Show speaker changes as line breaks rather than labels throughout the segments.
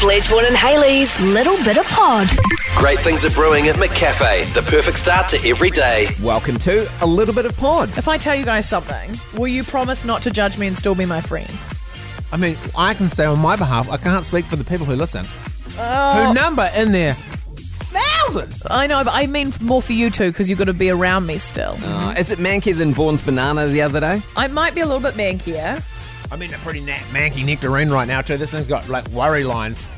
Fledgeborn and Haley's Little Bit of Pod.
Great things are brewing at McCafe, the perfect start to every day.
Welcome to a little bit of pod.
If I tell you guys something, will you promise not to judge me and still be my friend?
I mean, I can say on my behalf, I can't speak for the people who listen. Who number in their thousands?
I know, but I mean f- more for you two because you've got to be around me still.
Uh, is it mankier than Vaughn's banana the other day?
I might be a little bit mankier.
I mean, a pretty na- manky nectarine right now too. This thing's got like worry lines.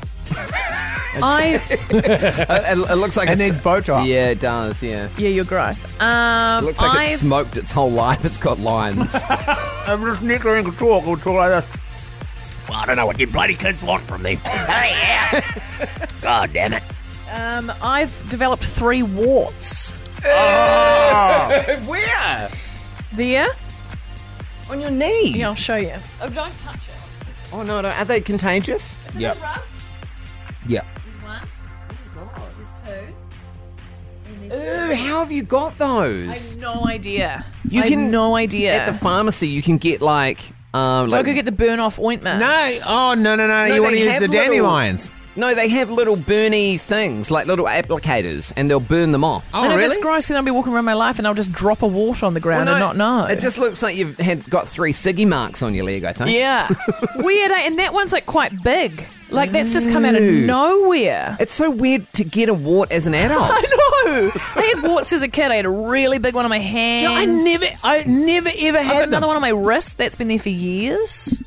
I
It, it looks like
It
it's-
needs Botox.
Yeah, it does. Yeah,
yeah, you're gross. Um,
it looks like
I've-
it's smoked its whole life. It's got lines.
I'm just nectarine can talk. I'll talk like this. Well, I don't know what you bloody kids want from me. God damn it.
um, I've developed three warts
Where?
there.
On your knee.
Yeah, I'll show you. Oh, don't touch it.
Oh no, no, are they contagious?
Yep. Yep.
There's one. There's two.
Ooh, how have you got
I
those?
have no idea.
You
I
can-
have no idea.
At the pharmacy, you can get like, um,
I
like
could get the burn off ointment.
No. Oh no no no.
No,
you want to
they
use
have
the
little-
dandelions?
no, they have little burny things, like little applicators, and they'll burn them off.
Oh
I know
really?
that's gross, and I'll be walking around my life and I'll just drop a wart on the ground and not know.
It just looks like you've had got three siggy marks on your leg. I think.
Yeah. Weird, eh? And that one's like quite big. Like that's just come out of nowhere.
It's so weird to get a wart as an adult.
I know. I had warts as a kid. I had a really big one on my hand.
I never, I never ever
I've got
had
another
them.
one on my wrist that's been there for years.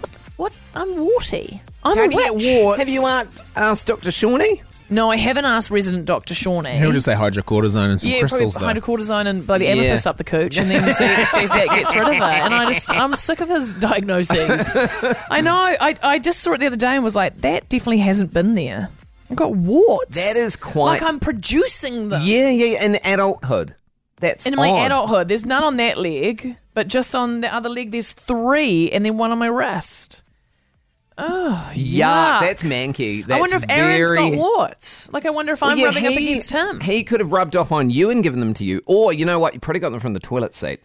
What? the- what? I'm warty. I'm
How
a
do you get
witch.
warts? Have you uh, asked, asked Dr. Shawnee?
No, I haven't asked resident Dr. Shawnee.
He'll just say hydrocortisone and some
yeah,
crystals though.
probably hydrocortisone and bloody amethyst up the cooch, and then see, see if that gets rid of it. And I just, I'm sick of his diagnoses. I know. I, I just saw it the other day and was like, that definitely hasn't been there. I've got warts.
That is quite-
like I'm producing them
Yeah, yeah, yeah, in adulthood. That's
in my
odd.
adulthood. There's none on that leg, but just on the other leg, there's three, and then one on my wrist.
Yeah,
Yuck.
that's manky. That's
I wonder if Aaron's
very...
got warts. Like, I wonder if I'm
Yeah,
rubbing up
he-
against him.
He could have rubbed off on you and given them to you. Or, you know what? You probably got them from the toilet seat.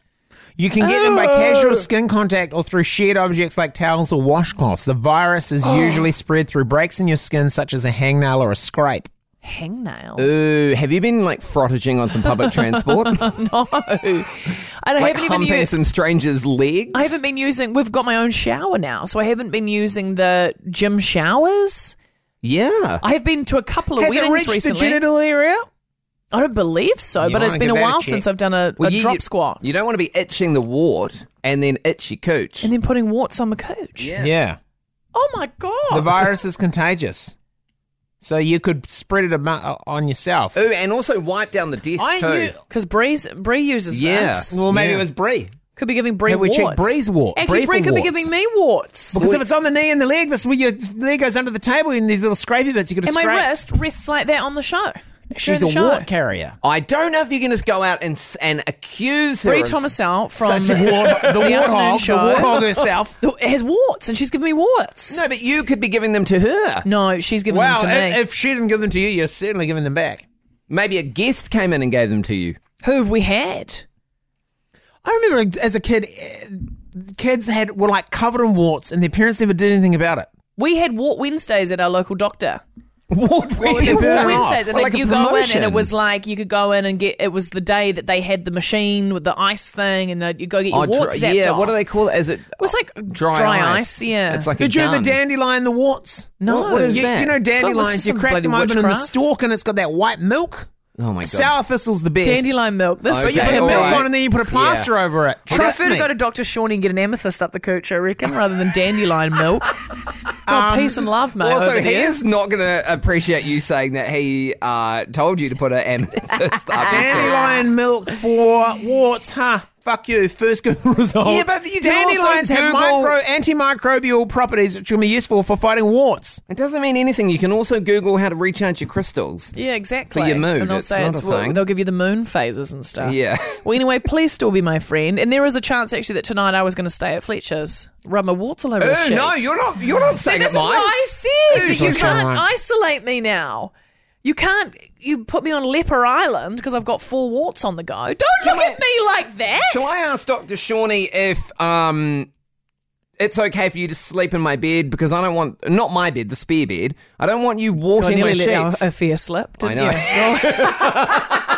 You can get them by casual skin contact or through shared objects like towels or washcloths. The virus is usually spread through breaks in your skin, such as a hangnail or a scrape.
Hangnail.
Ooh, have you been like frottaging on some public transport? like
no, And I haven't even
humping
used.
some stranger's legs?
I haven't been using. We've got my own shower now, so I haven't been using the gym showers.
Yeah.
I have been to a couple of
Has it
weddings
reached
recently.
the genital area?
I don't believe so,
You
but it's
might
been a
give that a
while
check.
since I've done a,
Well,
a
you-
drop
you-
squat
You don't want to be itching the wart and then itchy cooch.
and then putting warts on my cooch.
Yeah.
Yeah.
Oh my god!
The virus is contagious, so you could spread it amo- uh, on yourself.
Ooh, and also wipe down the desk
I
too.
knew-
Because Bree Bree uses
Yeah.
this.
Well, maybe
Yeah.
it was Brie.
Could be giving Bree
Have we
warts.
checked Bree's wart?
Actually,
Bree
Bree
for
could be
warts.
giving me warts.
Because if it's on the knee and the leg, that's where your leg goes under the table and these little scrapey bits. You could
and
have
my
scraped.
wrist rests like that on the show.
She's
During the
a
show.
wart carrier.
I don't know if you can just go out and s- and accuse her.
Bree
of-
Thomasell from
Such a wart, the
afternoon
warthog, the
show.
warthog herself.
has warts, and she's giving me warts.
No, but you could be giving them to her.
No, she's giving
Wow,
them to
if,
me.
if she didn't give them to you, you're certainly giving them back.
Maybe a guest came in and gave them to you.
Who have we had?
I remember as a kid, eh, kids had were like covered in warts, and their parents never did anything about it.
We had Wart Wednesdays at our local doctor.
What?
Well, they
Wart
burn it off.
Wednesdays, and then
Well, like a
you go in, and
promotion.
it was like you could go in and get. It was the day that they had the machine with the ice thing, and uh, you go get your
Oh, dry-
warts zapped
yeah,
off.
what do they call it? Is it? It
was like
dry,
dry
ice.
ice, yeah.
it's like a
Did you have
gun.
the dandelion, the warts?
No.
What- what is
you,
that?
you know
God, this
dandelions.
is
You
some
crack
bloody
them open in the
witchcraft.
stalk, and it's got that white milk.
Oh my god!
Sour thistle's the best.
Dandelion milk. This
Okay,
You put
is
the milk
alright.
on, and then you put a plaster over it.
Well,
I
that's
prefer to
me.
go to Dr. Shawnee and get an amethyst up the cooch, I reckon, rather than dandelion milk. God, peace and love, mate.
Also,
over
he
there.
is not going to appreciate you saying that he uh, told you to put an amethyst up. his dick.
Dandelion milk for warts, huh? Fuck you. First Google result.
Yeah, but you can
dandelions
also
have
Google-
micro antimicrobial properties which can be useful for fighting warts.
It doesn't mean anything. You can also Google how to recharge your crystals.
Yeah, exactly.
For your mood,
And they'll
it's
say
not
it's,
a
well,
thing.
they'll give you the moon phases and stuff.
Yeah.
Well, anyway, please still be my friend. And there is a chance actually that tonight I was going to stay at Fletcher's, rub my warts all over the
Oh,
sheets.
no, you're not. You're not
See,
saying
this
it,
is what
mine.
I said.
Who's
You
listening
can't
online?
isolate me now. You can't. You put me on Leper Island because I've got four warts on the go. Don't look at me like that.
Shall I ask Dr. Shawnee if um, it's okay for you to sleep in my bed because I don't want not my bed, the spare bed. I don't want you
God, I
warting my
nearly let our,
sheets.
our fear slip.
I
Didn't
know.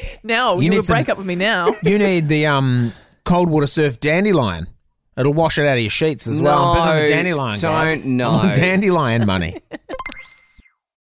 You? Now you,
need
would
some-
break up with me now.
You need the um, cold water surf dandelion. It'll wash it out of your sheets as well. I'm big on the
No,
dandelion. guys.
don't, no.
I'm on dandelion money.